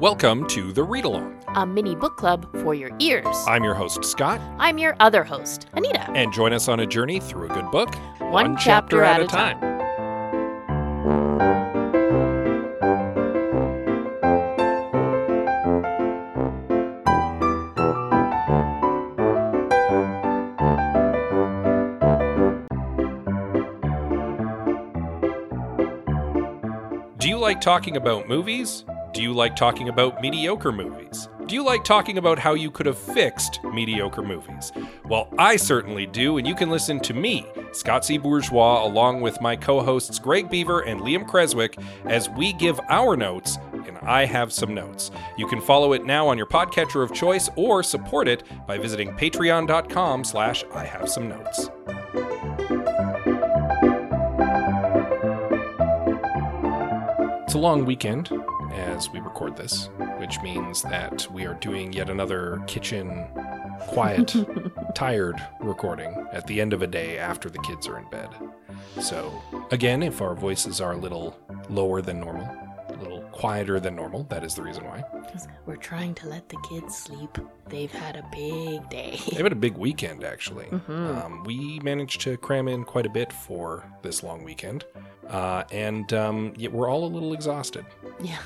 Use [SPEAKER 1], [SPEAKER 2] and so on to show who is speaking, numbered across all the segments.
[SPEAKER 1] Welcome to the Read Along.
[SPEAKER 2] a mini book club for your ears.
[SPEAKER 1] I'm your host, Scott,
[SPEAKER 2] I'm your other host, Anita.
[SPEAKER 1] and join us on a journey through a good book, one,
[SPEAKER 2] chapter at a time.
[SPEAKER 1] Do you like talking about movies? Do you like talking about mediocre movies? Do you like talking about how you could have fixed mediocre movies? Well, I certainly do, and you can listen to me, Scott C. Bourgeois, along with my co hosts Greg Beaver and Liam Creswick, as we give our notes, and I have some notes. You can follow it now on your podcatcher of choice or support it by visiting patreon.com slash I have some notes. It's a long weekend as we record this, which means that we are doing yet another kitchen quiet, tired recording at the end of a day after the kids are in bed. So, again, if our voices are a little lower than normal, a little quieter than normal, that is the reason why.
[SPEAKER 2] 'Cause We're trying to let the kids sleep. They've had a big day.
[SPEAKER 1] They've had a big weekend, actually.
[SPEAKER 2] Mhm.
[SPEAKER 1] Um, we managed to cram in quite a bit for this long weekend, uh, and um, yet we're all a little exhausted.
[SPEAKER 2] Yeah.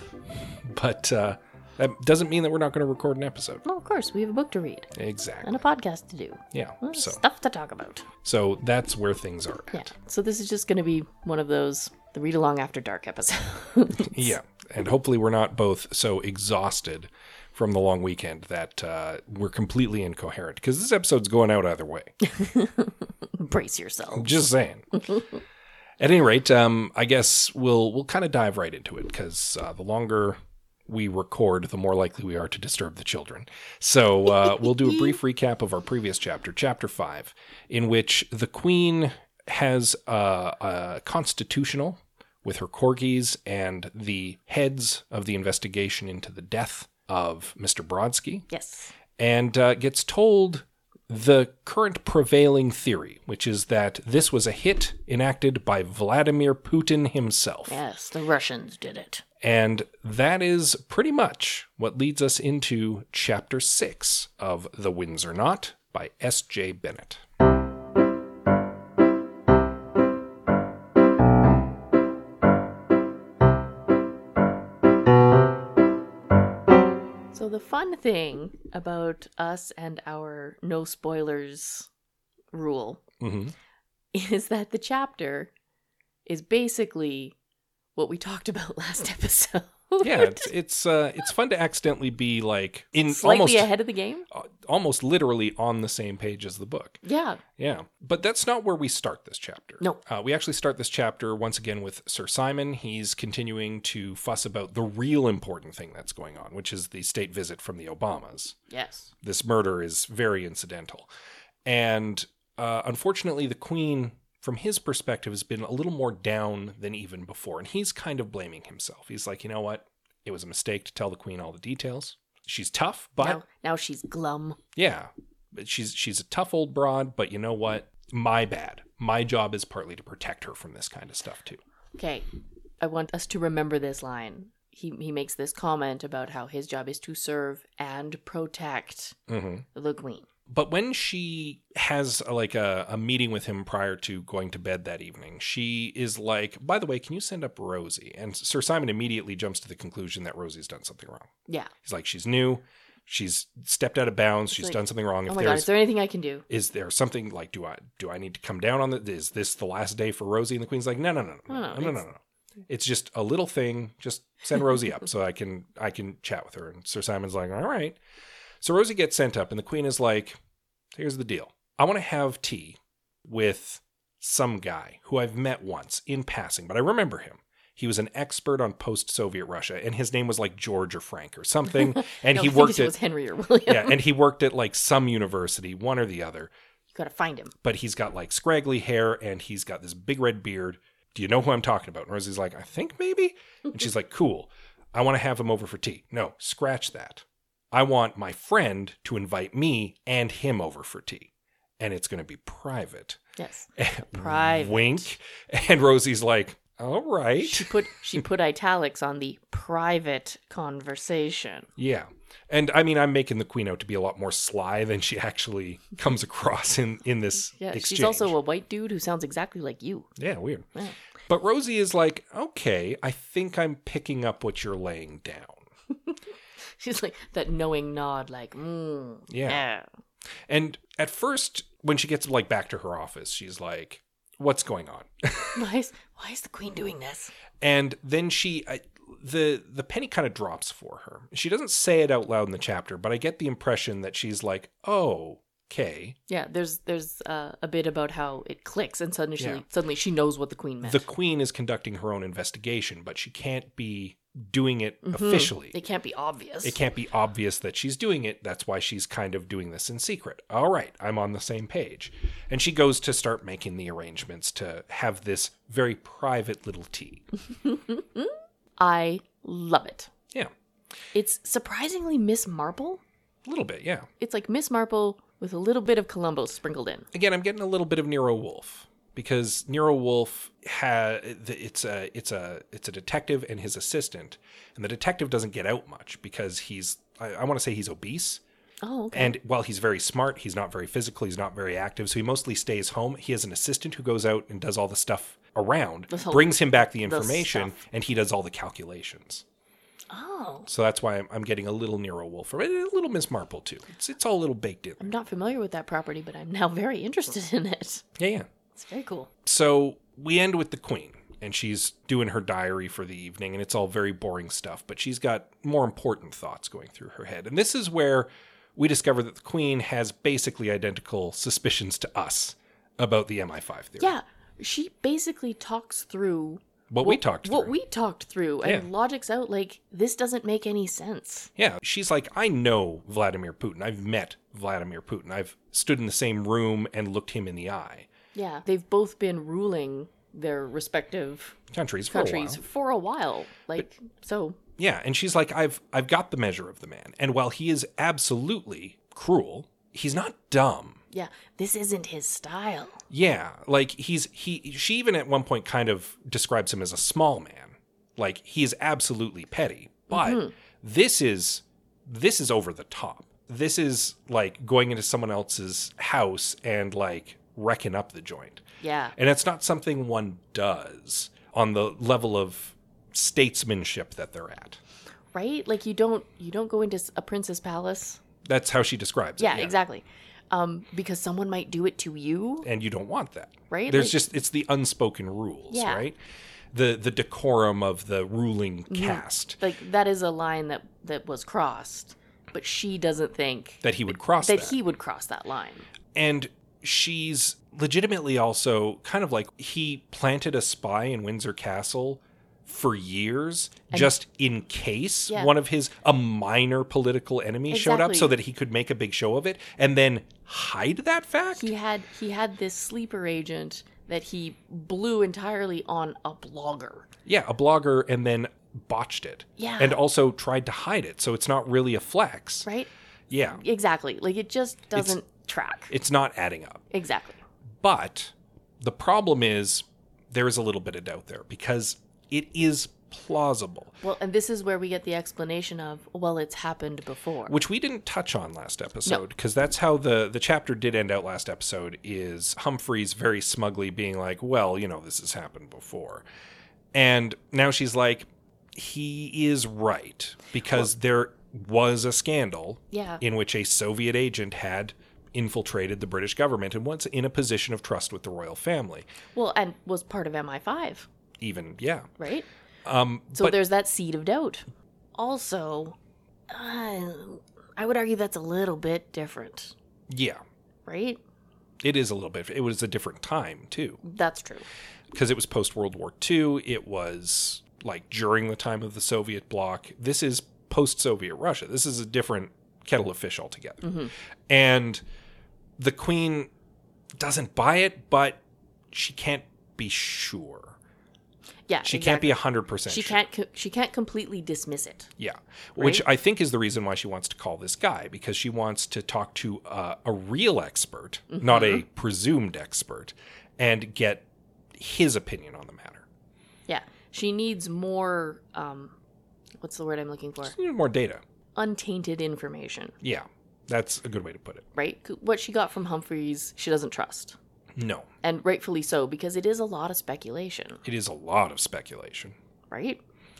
[SPEAKER 1] But uh, that doesn't mean that we're not going to record an episode.
[SPEAKER 2] Well, of course, we have a book to read
[SPEAKER 1] Exactly.
[SPEAKER 2] and a podcast to do.
[SPEAKER 1] Yeah.
[SPEAKER 2] Well,
[SPEAKER 1] So
[SPEAKER 2] Stuff to talk about.
[SPEAKER 1] so that's where things are.
[SPEAKER 2] Yeah. So this is just going to be one of those the read along after dark episodes.
[SPEAKER 1] Yeah. And hopefully we're not both so exhausted from the long weekend that uh, we're completely incoherent because this episode's going out either way.
[SPEAKER 2] Brace yourself.
[SPEAKER 1] Just saying. At any rate, um, I guess we'll we'll kind of dive right into it because uh, the longer we record, the more likely we are to disturb the children. So uh, we'll do a brief recap of our previous chapter, chapter five, in which the queen has a, a constitutional with her corgis and the heads of the investigation into the death of Mister Brodsky
[SPEAKER 2] Yes.
[SPEAKER 1] and uh, gets told the current prevailing theory, which is that this was a hit enacted by Vladimir Putin himself.
[SPEAKER 2] Yes. The Russians did it.
[SPEAKER 1] And that is pretty much what leads us into chapter six of The Winds Are Not by S.J. Bennett.
[SPEAKER 2] So the fun thing about us and our no spoilers rule
[SPEAKER 1] hmm
[SPEAKER 2] is that the chapter is basically what we talked about last episode.
[SPEAKER 1] Yeah, it's it's uh, it's fun to accidentally be like in
[SPEAKER 2] Slightly
[SPEAKER 1] almost
[SPEAKER 2] ahead of the game.
[SPEAKER 1] uh, almost literally on the same page as the book.
[SPEAKER 2] Yeah.
[SPEAKER 1] Yeah, but that's not where we start this chapter.
[SPEAKER 2] No.
[SPEAKER 1] Uh, we actually start this chapter once again with Sir Simon. He's continuing to fuss about the real important thing that's going on, which is the state visit from the Obamas.
[SPEAKER 2] Yes.
[SPEAKER 1] This murder is very incidental. And uh, unfortunately, the Queen, from his perspective, has been a little more down than even before. And he's kind of blaming himself. He's like, you know what? It was a mistake to tell the Queen all the details. She's tough, but
[SPEAKER 2] now, now she's glum.
[SPEAKER 1] yeah, but she's she's a tough old broad, but you know what? My bad. My job is partly to protect her from this kind of stuff too.
[SPEAKER 2] Okay. I want us to remember this line. He he makes this comment about how his job is to serve and protect
[SPEAKER 1] Mm-hmm.
[SPEAKER 2] the queen.
[SPEAKER 1] But when she has a, like a, a meeting with him prior to going to bed that evening, she is like, "By the way, can you send up Rosie?" And Sir Simon immediately jumps to the conclusion that Rosie's done something wrong.
[SPEAKER 2] Yeah.
[SPEAKER 1] He's like, "She's new, she's stepped out of bounds, she's
[SPEAKER 2] like,
[SPEAKER 1] done something wrong.
[SPEAKER 2] oh my god, is there anything I can do?
[SPEAKER 1] is there something like do I do I need to come down on the is this the last day for Rosie and the Queen's like no no no no
[SPEAKER 2] No,
[SPEAKER 1] no no
[SPEAKER 2] no,
[SPEAKER 1] no, no,
[SPEAKER 2] Oh, it's-
[SPEAKER 1] no. it's just a little thing just send Rosie up so I can I can chat with her and Sir Simon's like all right so Rosie gets sent up and the Queen is like here's the deal I want to have tea with some guy who I've met once in passing but I remember him he was an expert on post-Soviet Russia and his name was like George or Frank or something and
[SPEAKER 2] No,
[SPEAKER 1] he
[SPEAKER 2] I think
[SPEAKER 1] worked
[SPEAKER 2] it
[SPEAKER 1] at
[SPEAKER 2] was Henry or William.
[SPEAKER 1] yeah and he worked at like some university one or the other
[SPEAKER 2] You gotta find him.
[SPEAKER 1] but he's got like scraggly hair and he's got this big red beard. Do you know who I'm talking about? And Rosie's like, I think maybe. And she's like, cool. I want to have him over for tea. No, scratch that. I want my friend to invite me and him over for tea. And it's going to be private.
[SPEAKER 2] Yes.
[SPEAKER 1] And
[SPEAKER 2] Private.
[SPEAKER 1] Wink. And Rosie's like, All right.
[SPEAKER 2] She put she put italics on the private conversation.
[SPEAKER 1] Yeah. And I mean, I'm making the Queen out to be a lot more sly than she actually comes across in, in this
[SPEAKER 2] Yeah,
[SPEAKER 1] exchange.
[SPEAKER 2] she's also a white dude who sounds exactly like you.
[SPEAKER 1] yeah, weird.
[SPEAKER 2] Yeah.
[SPEAKER 1] But Rosie is like, okay, I think I'm picking up what you're laying down.
[SPEAKER 2] She's like that knowing nod, like, mm,
[SPEAKER 1] Yeah. And at first, when she gets like back to her office, she's like, what's going on?
[SPEAKER 2] Why is why is the queen doing this?
[SPEAKER 1] and then she I, the the penny kind of drops for her she doesn't say it out loud in the chapter but i get the impression that she's like oh okay
[SPEAKER 2] Yeah, there's there's uh, a bit about how it clicks and suddenly
[SPEAKER 1] Yeah.
[SPEAKER 2] she, suddenly she knows what the queen meant.
[SPEAKER 1] the queen is conducting her own investigation but she can't be doing it
[SPEAKER 2] Mhm.
[SPEAKER 1] officially
[SPEAKER 2] It can't be obvious.
[SPEAKER 1] it can't be obvious that she's doing it that's why she's kind of doing this in secret all right i'm on the same page and she goes to start making the arrangements to have this very private little tea
[SPEAKER 2] I love it.
[SPEAKER 1] yeah
[SPEAKER 2] It's surprisingly Miss Marple.
[SPEAKER 1] a little bit yeah
[SPEAKER 2] It's like Miss Marple with a little bit of Columbo sprinkled in.
[SPEAKER 1] again, I'm getting a little bit of Nero Wolf because Nero Wolf ha it's a it's a it's a detective and his assistant, and the detective doesn't get out much because he's I, I want to say he's obese,
[SPEAKER 2] Oh, okay.
[SPEAKER 1] and while he's very smart, he's not very physical, he's not very active, so he mostly stays home. He has an assistant who goes out and does all the stuff around,
[SPEAKER 2] The whole-
[SPEAKER 1] brings him back the information,
[SPEAKER 2] stuff.
[SPEAKER 1] and he does all the calculations.
[SPEAKER 2] oh,
[SPEAKER 1] So that's why I'm, I'm getting a little Nero Wolf from it, and a little Miss Marple too. It's it's all a little baked in.
[SPEAKER 2] I'm not familiar with that property, but I'm now very interested in it.
[SPEAKER 1] Yeah, yeah.
[SPEAKER 2] It's very cool.
[SPEAKER 1] so we end with the queen and she's doing her diary for the evening and it's all very boring stuff but she's got more important thoughts going through her head and this is where we discover that the queen has basically identical suspicions to us about the mi5 theory
[SPEAKER 2] Yeah, she basically talks through
[SPEAKER 1] what we talked
[SPEAKER 2] what
[SPEAKER 1] through.
[SPEAKER 2] we talked through and logics out like this doesn't make any sense.
[SPEAKER 1] yeah she's like i know vladimir putin i've met vladimir putin i've stood in the same room and looked him in the eye
[SPEAKER 2] Yeah, they've both been ruling their respective
[SPEAKER 1] countries for a while.
[SPEAKER 2] countries for a while. Like so,
[SPEAKER 1] Yeah, and she's like, I've I've got the measure of the man. And while he is absolutely cruel, he's not dumb.
[SPEAKER 2] yeah, this isn't his style.
[SPEAKER 1] Yeah, like he's he she even at one point kind of describes him as a small man. Like he is absolutely petty. But this is this is over the top. This is like going into someone else's house and like wrecking up the joint.
[SPEAKER 2] Yeah.
[SPEAKER 1] And it's not something one does on the level of statesmanship that they're at.
[SPEAKER 2] right? Like you don't you don't go into s- a prince's palace.
[SPEAKER 1] That's how she describes
[SPEAKER 2] Yeah,
[SPEAKER 1] it.
[SPEAKER 2] exactly. Um, because someone might do it to you.
[SPEAKER 1] and you don't want that.
[SPEAKER 2] Right?
[SPEAKER 1] There's
[SPEAKER 2] Like-
[SPEAKER 1] just it's the unspoken rules,
[SPEAKER 2] Yeah. Mm-hmm.
[SPEAKER 1] right? The the decorum of the ruling caste
[SPEAKER 2] Like that is a line that that was crossed, but she doesn't think
[SPEAKER 1] that he would cross
[SPEAKER 2] that
[SPEAKER 1] that.
[SPEAKER 2] he would cross that line.
[SPEAKER 1] and she's legitimately also kind of like he planted a spy in Windsor Castle for years just in case
[SPEAKER 2] Yeah.
[SPEAKER 1] one of his a minor political enemy showed up
[SPEAKER 2] Exactly.
[SPEAKER 1] so that he could make a big show of it and then hide that fact
[SPEAKER 2] He had he had this sleeper agent that he blew entirely on a blogger.
[SPEAKER 1] Yeah, a blogger and then botched it.
[SPEAKER 2] Yeah.
[SPEAKER 1] And also tried to hide it. So it's not really a flex.
[SPEAKER 2] Right?
[SPEAKER 1] Yeah.
[SPEAKER 2] Exactly. Like it just doesn't track.
[SPEAKER 1] It's not adding up.
[SPEAKER 2] exactly.
[SPEAKER 1] But the problem is there is a little bit of doubt there because it is plausible,
[SPEAKER 2] Well, and this is where we get the explanation of well, it's happened before.
[SPEAKER 1] which we didn't touch on last episode because that's how the the chapter did end out last episode is Humphreys very smugly being like, "Well, you know, this has happened before." And now she's like, "He is right because there was a scandal."
[SPEAKER 2] yeah.
[SPEAKER 1] in which a Soviet agent had infiltrated the British government and was in a position of trust with the royal family.
[SPEAKER 2] well, and was part of MI5,
[SPEAKER 1] Even yeah,
[SPEAKER 2] right?
[SPEAKER 1] um,
[SPEAKER 2] So
[SPEAKER 1] but
[SPEAKER 2] there's that seed of doubt. Also, uh, I would argue that's a little bit different,
[SPEAKER 1] yeah,
[SPEAKER 2] right?
[SPEAKER 1] it is a little bit. It was a different time too
[SPEAKER 2] That's true.
[SPEAKER 1] because it was post World War II. It was like during the time of the Soviet bloc. This is post Soviet Russia. This is a different kettle of fish altogether.
[SPEAKER 2] Mm-hmm.
[SPEAKER 1] And the Queen doesn't buy it, but she can't be sure.
[SPEAKER 2] Yeah,
[SPEAKER 1] She can't be hundred percent.
[SPEAKER 2] She can't. co- She can't completely dismiss it.
[SPEAKER 1] Yeah, which I think is the reason why she wants to call this guy because she wants to talk to uh, a real expert,
[SPEAKER 2] Mm-hmm.
[SPEAKER 1] not a presumed expert, and get his opinion on the matter.
[SPEAKER 2] Yeah. She needs more um what's the word I'm looking for?
[SPEAKER 1] Just need more data.
[SPEAKER 2] Untainted information,
[SPEAKER 1] Yeah, that's a good way to put it.
[SPEAKER 2] right? C- What she got from Humphreys, she doesn't trust.
[SPEAKER 1] No,
[SPEAKER 2] And rightfully so because it is a lot of speculation,
[SPEAKER 1] it is a lot of speculation.
[SPEAKER 2] right?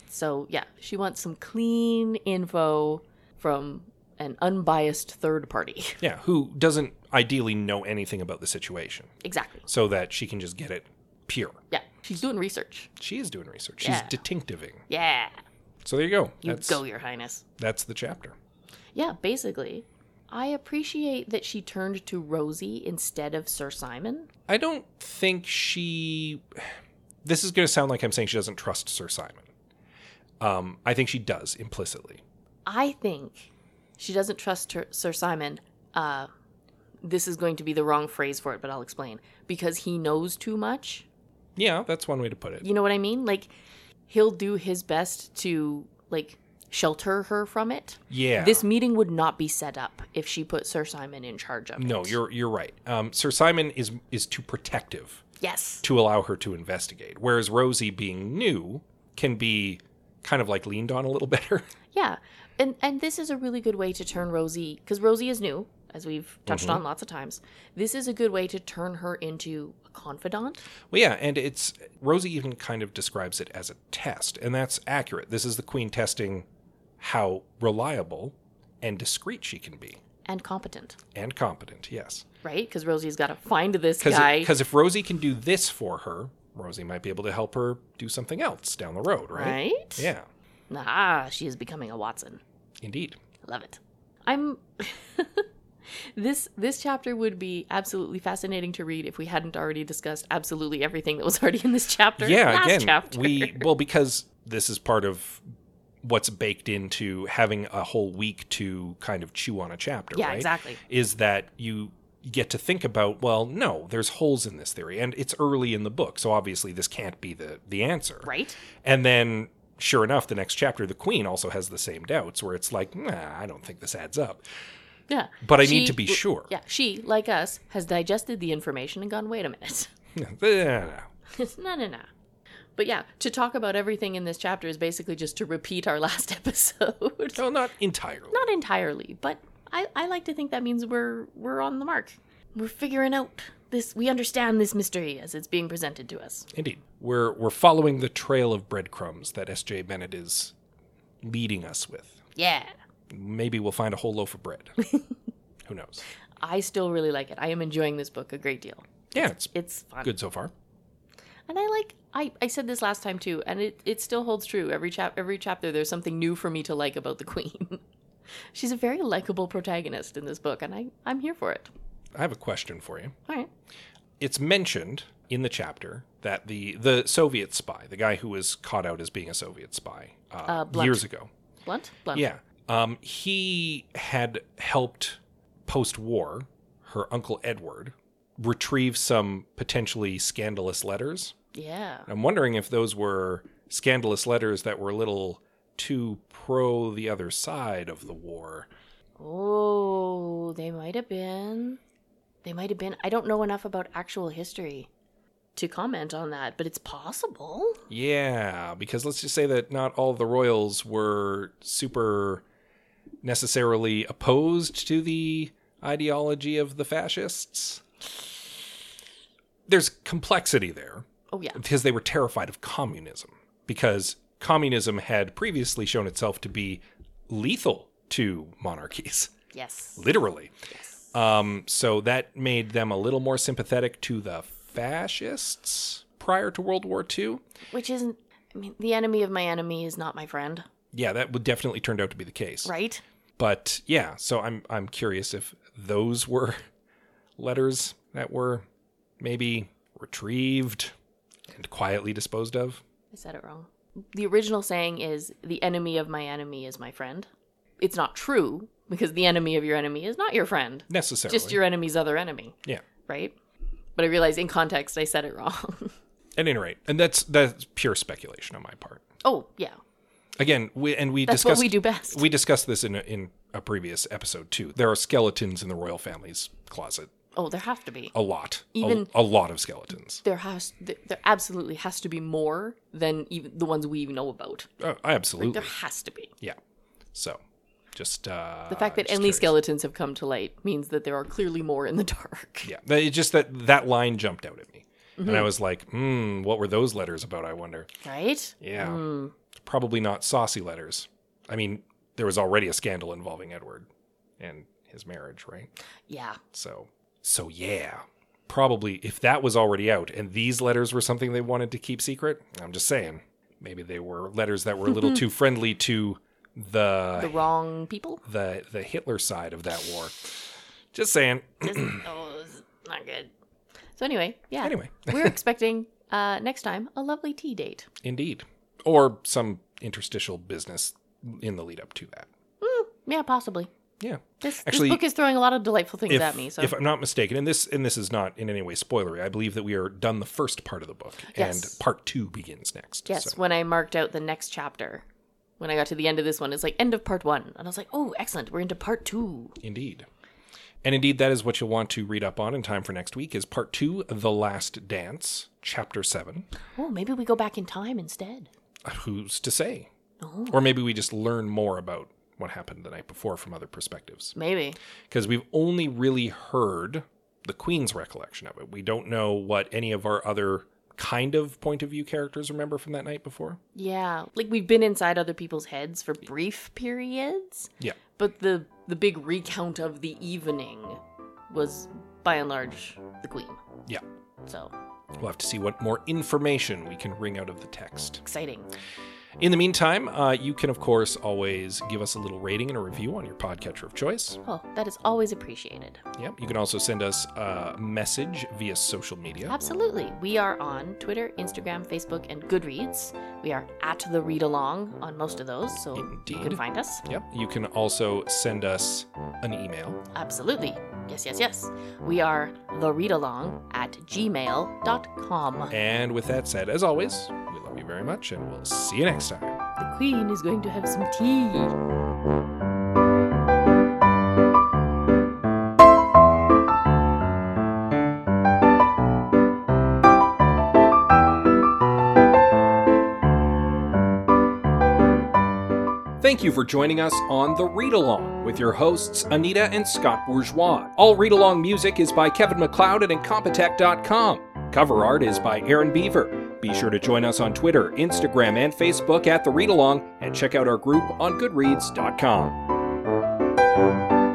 [SPEAKER 2] So, yeah, she wants some clean info from an unbiased third party.
[SPEAKER 1] Yeah, who doesn't ideally know anything about the situation
[SPEAKER 2] exactly.
[SPEAKER 1] so that she can just get it pure.
[SPEAKER 2] Yeah. She's doing research.
[SPEAKER 1] She is doing research. She's
[SPEAKER 2] Yeah.
[SPEAKER 1] detectiving.
[SPEAKER 2] Yeah.
[SPEAKER 1] So there you go.
[SPEAKER 2] You
[SPEAKER 1] that's
[SPEAKER 2] go, Your Highness.
[SPEAKER 1] that's the chapter.
[SPEAKER 2] Yeah, basically. I appreciate that she turned to Rosie instead of Sir Simon.
[SPEAKER 1] I don't think she. This is going to sound like I'm saying she doesn't trust Sir Simon. Um, I think she does implicitly.
[SPEAKER 2] I think she doesn't trust her, Sir Simon. Uh, this is going to be the wrong phrase for it, but I'll explain. Because he knows too much.
[SPEAKER 1] Yeah, that's one way to put it.
[SPEAKER 2] You know what I mean? Like, he'll do his best to, like, shelter her from it.
[SPEAKER 1] Yeah.
[SPEAKER 2] This meeting would not be set up if she put Sir Simon in charge of it.
[SPEAKER 1] No, you're you're right. Um, Sir Simon is is too protective
[SPEAKER 2] Yes.
[SPEAKER 1] to allow her to investigate, whereas Rosie, being new, can be kind of like leaned on a little better.
[SPEAKER 2] Yeah. And and this is a really good way to turn Rosie cuz Rosie is new, as we've touched
[SPEAKER 1] Mm-hmm.
[SPEAKER 2] on lots of times. This is a good way to turn her into a confidant.
[SPEAKER 1] Well, yeah, and it's Rosie even kind of describes it as a test, and that's accurate. This is the queen testing how reliable and discreet she can be
[SPEAKER 2] And competent,
[SPEAKER 1] and competent. Yes,
[SPEAKER 2] right? Because Rosie's got to find this guy.
[SPEAKER 1] because if Rosie can do this for her, Rosie might be able to help her do something else down the road, right?
[SPEAKER 2] right?
[SPEAKER 1] Yeah,
[SPEAKER 2] Ah, she is becoming a Watson.
[SPEAKER 1] indeed.
[SPEAKER 2] I love it. I'm This this chapter would be absolutely fascinating to read if we hadn't already discussed absolutely everything that was already in this chapter.
[SPEAKER 1] Yeah,
[SPEAKER 2] last
[SPEAKER 1] again,
[SPEAKER 2] chapter.
[SPEAKER 1] we well because this is part of what's baked into having a whole week to kind of chew on a chapter.
[SPEAKER 2] Yeah,
[SPEAKER 1] right?
[SPEAKER 2] exactly.
[SPEAKER 1] Is that you get to think about? Well, no, there's holes in this theory, and it's early in the book, so obviously this can't be the the answer.
[SPEAKER 2] Right?
[SPEAKER 1] And then, sure enough, the next chapter, the queen also has the same doubts, where it's like, nah, I don't think this adds up.
[SPEAKER 2] Yeah.
[SPEAKER 1] But I need
[SPEAKER 2] She-
[SPEAKER 1] to be sure.
[SPEAKER 2] Yeah, she, like us, has digested the information and gone, wait a minute.
[SPEAKER 1] Yeah.
[SPEAKER 2] no, no, no. But yeah, to talk about everything in this chapter is basically just to repeat our last episode.
[SPEAKER 1] Well, not entirely.
[SPEAKER 2] Not entirely, but I, I like to think that means we're we're on the mark. We're figuring out this we understand this mystery as it's being presented to us.
[SPEAKER 1] Indeed. We're we're following the trail of breadcrumbs that S.J. Bennett is leading us with.
[SPEAKER 2] Yeah.
[SPEAKER 1] Maybe we'll find a whole loaf of bread. Who knows?
[SPEAKER 2] I still really like it. I am enjoying this book a great deal.
[SPEAKER 1] Yeah, it's
[SPEAKER 2] It's fun.
[SPEAKER 1] good so far.
[SPEAKER 2] And I like I, I said this last time too, and it, it still holds true. Every chap every chapter there's something new for me to like about the Queen. She's a very likable protagonist in this book, and I, I'm here for it.
[SPEAKER 1] I have a question for you.
[SPEAKER 2] All right.
[SPEAKER 1] It's mentioned in the chapter that the the Soviet spy, the guy who was caught out as being a Soviet spy uh,
[SPEAKER 2] Uh, Blunt.
[SPEAKER 1] years ago,
[SPEAKER 2] Blunt? Blunt.
[SPEAKER 1] yeah, um, he had helped post war her uncle Edward retrieve some potentially scandalous letters.
[SPEAKER 2] Yeah.
[SPEAKER 1] I'm wondering if those were scandalous letters that were a little too pro the other side of the war.
[SPEAKER 2] Oh, they might have been. They might have been. I don't know enough about actual history to comment on that, but it's possible.
[SPEAKER 1] Yeah, because let's just say that not all the royals were super necessarily opposed to the ideology of the fascists. There's complexity there
[SPEAKER 2] Oh yeah.
[SPEAKER 1] because they were terrified of communism because communism had previously shown itself to be lethal to monarchies,
[SPEAKER 2] Yes.
[SPEAKER 1] literally.
[SPEAKER 2] Yes.
[SPEAKER 1] Um, so that made them a little more sympathetic to the fascists prior to World War II.
[SPEAKER 2] Which isn't I mean, the enemy of my enemy is not my friend,
[SPEAKER 1] Yeah, that would definitely turned out to be the case.
[SPEAKER 2] right?
[SPEAKER 1] But yeah, so I'm I'm curious if those were letters that were maybe retrieved and quietly disposed of.
[SPEAKER 2] I said it wrong. The original saying is the enemy of my enemy is my friend. It's not true because the enemy of your enemy is not your friend,
[SPEAKER 1] Necessarily.
[SPEAKER 2] just your enemy's other enemy,
[SPEAKER 1] yeah.
[SPEAKER 2] right? But I realize in context I said it wrong.
[SPEAKER 1] At any rate, and that's that's pure speculation on my part.
[SPEAKER 2] oh, yeah.
[SPEAKER 1] Again, we and we
[SPEAKER 2] That's
[SPEAKER 1] discussed
[SPEAKER 2] what we do best.
[SPEAKER 1] we discussed this in a, in a previous episode too. There are skeletons in the royal family's closet.
[SPEAKER 2] Oh, there have to be.
[SPEAKER 1] A lot. A-
[SPEAKER 2] Even-
[SPEAKER 1] a, lot of skeletons.
[SPEAKER 2] There has th- there absolutely has to be more than even the ones we know about.
[SPEAKER 1] Oh, absolutely.
[SPEAKER 2] There has to be.
[SPEAKER 1] yeah. So, just uh,
[SPEAKER 2] The fact that
[SPEAKER 1] just
[SPEAKER 2] only
[SPEAKER 1] curious.
[SPEAKER 2] skeletons have come to light means that there are clearly more in the dark.
[SPEAKER 1] Yeah, that- it's just that that line jumped out at me,
[SPEAKER 2] Mm-hmm.
[SPEAKER 1] and I was like, "Hmm, what were those letters about? I wonder."
[SPEAKER 2] Right?
[SPEAKER 1] Yeah,
[SPEAKER 2] Mm.
[SPEAKER 1] probably not saucy letters. I mean, there was already a scandal involving Edward and his marriage, right?
[SPEAKER 2] Yeah.
[SPEAKER 1] So, so yeah, probably if that was already out and these letters were something they wanted to keep secret, I'm just saying, maybe they were letters that were a little too friendly to
[SPEAKER 2] The
[SPEAKER 1] the
[SPEAKER 2] wrong people?
[SPEAKER 1] the the Hitler side of that war. Just saying.
[SPEAKER 2] Just, oh, it's not good. So anyway, yeah.
[SPEAKER 1] Anyway.
[SPEAKER 2] We're expecting uh, next time a lovely tea date.
[SPEAKER 1] Indeed. Or some interstitial business in the lead up to that.
[SPEAKER 2] Yeah, possibly.
[SPEAKER 1] Yeah.
[SPEAKER 2] This,
[SPEAKER 1] Actually,
[SPEAKER 2] this book is throwing a lot of delightful things
[SPEAKER 1] If,
[SPEAKER 2] at me. So
[SPEAKER 1] if I'm not mistaken, and this and this is not in any way spoilery, I believe that we are done the first part of the book,
[SPEAKER 2] Yes.
[SPEAKER 1] and part two begins next.
[SPEAKER 2] yes,
[SPEAKER 1] So,
[SPEAKER 2] when I marked out the next chapter, when I got to the end of this one, it's like end of part one, and I was like, oh, excellent, we're into part two.
[SPEAKER 1] indeed, and indeed, that is what you'll want to read up on in time for next week. Is part two, the last dance, chapter seven. uh,
[SPEAKER 2] Oh, maybe we go back in time instead.
[SPEAKER 1] Who's to say? Or maybe we just learn more about what happened the night before from other perspectives.
[SPEAKER 2] Maybe.
[SPEAKER 1] because we've only really heard the queen's recollection of it. We don't know what any of our other kind of point of view characters remember from that night before.
[SPEAKER 2] Yeah, like we've been inside other people's heads for brief periods,
[SPEAKER 1] Yeah.
[SPEAKER 2] but the the big recount of the evening was by and large the queen.
[SPEAKER 1] Yeah.
[SPEAKER 2] So
[SPEAKER 1] We'll have to see what more information we can wring out of the text.
[SPEAKER 2] exciting.
[SPEAKER 1] In the meantime, uh, you can, of course, always give us a little rating and a review on your podcatcher of choice.
[SPEAKER 2] Oh, that is always appreciated.
[SPEAKER 1] Yeah. You can also send us a message via social media.
[SPEAKER 2] Absolutely. We are on Twitter, Instagram, Facebook, and Goodreads. We are at the read along on most of those, so you can
[SPEAKER 1] Indeed.
[SPEAKER 2] find us.
[SPEAKER 1] Yep. You can also send us an email.
[SPEAKER 2] Absolutely. Yes, yes, yes. We are the read along at gmail.com.
[SPEAKER 1] And with that said, as always, we love you very much and we'll see you next time.
[SPEAKER 2] The queen is going to have some tea.
[SPEAKER 1] Thank you for joining us on The Read Along with your hosts, Anita and Scott Bourgeois. All read along music is by Kevin McLeod at Incompetech.com. Cover art is by Aaron Beaver. Be sure to join us on Twitter, Instagram, and Facebook at The Read Along and check out our group on Goodreads.com.